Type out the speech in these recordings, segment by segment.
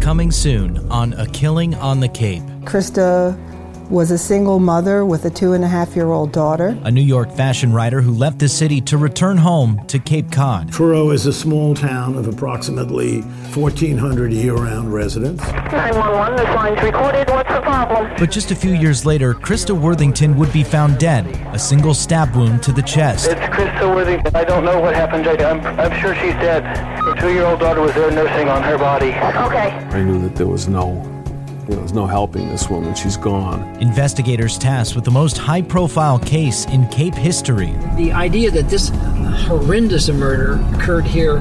Coming soon on A Killing on the Cape. Krista was a single mother with a two and a half year old daughter. A New York fashion writer who left the city to return home to Cape Cod. Truro is a small town of approximately 1,400 year round residents. 911, this line's recorded. What's the problem? But just a few years later, Krista Worthington would be found dead, a single stab wound to the chest. It's Krista Worthington. I don't know what happened. I- I'm, I'm sure she's dead. Her two-year-old daughter was there nursing on her body. Okay. I knew that there was no, there was no helping this woman. She's gone. Investigators tasked with the most high profile case in Cape history. The idea that this horrendous murder occurred here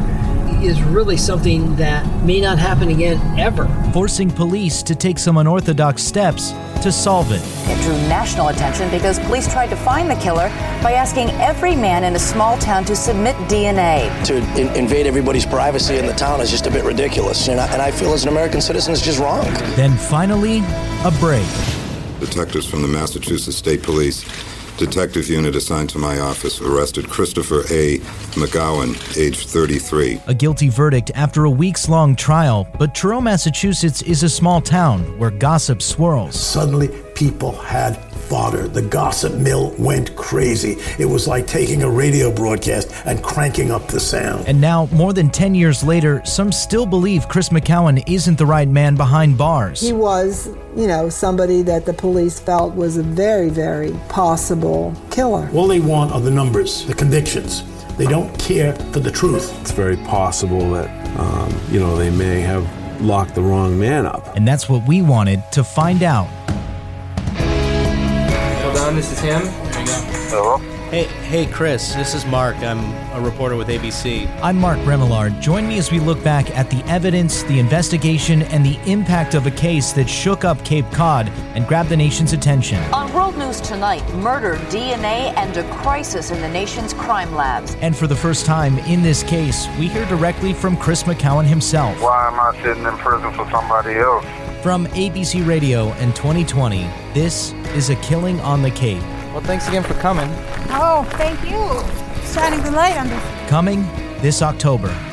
is really something that may not happen again ever. forcing police to take some unorthodox steps to solve it. It drew national attention because police tried to find the killer by asking every man in a small town to submit DNA. to in- invade everybody's privacy in the town is just a bit ridiculous. And I, and I feel as an American citizen, it's just wrong. Then finally, a break. Detectives from the Massachusetts State Police Detective Unit assigned to my office arrested Christopher A. McGowan, age 33. A guilty verdict after a weeks long trial, but Truro, Massachusetts is a small town where gossip swirls. Suddenly, people had fodder. The gossip mill went crazy. It was like taking a radio broadcast and cranking up the sound. And now, more than 10 years later, some still believe Chris McCowan isn't the right man behind bars. He was, you know, somebody that the police felt was a very, very possible killer. All they want are the numbers, the convictions. They don't care for the truth. It's very possible that, um, you know, they may have locked the wrong man up. And that's what we wanted to find out. Hold on, this is him. Hey, hey, Chris. This is Mark. I'm a reporter with ABC. I'm Mark Remillard. Join me as we look back at the evidence, the investigation, and the impact of a case that shook up Cape Cod and grabbed the nation's attention. On World News Tonight, murder, DNA, and a crisis in the nation's crime labs. And for the first time in this case, we hear directly from Chris McCowan himself. Why am I sitting in prison for somebody else? From ABC Radio and 2020, this is A Killing on the Cape. Well, thanks again for coming. Oh, thank you. Shining the light on this. Coming this October.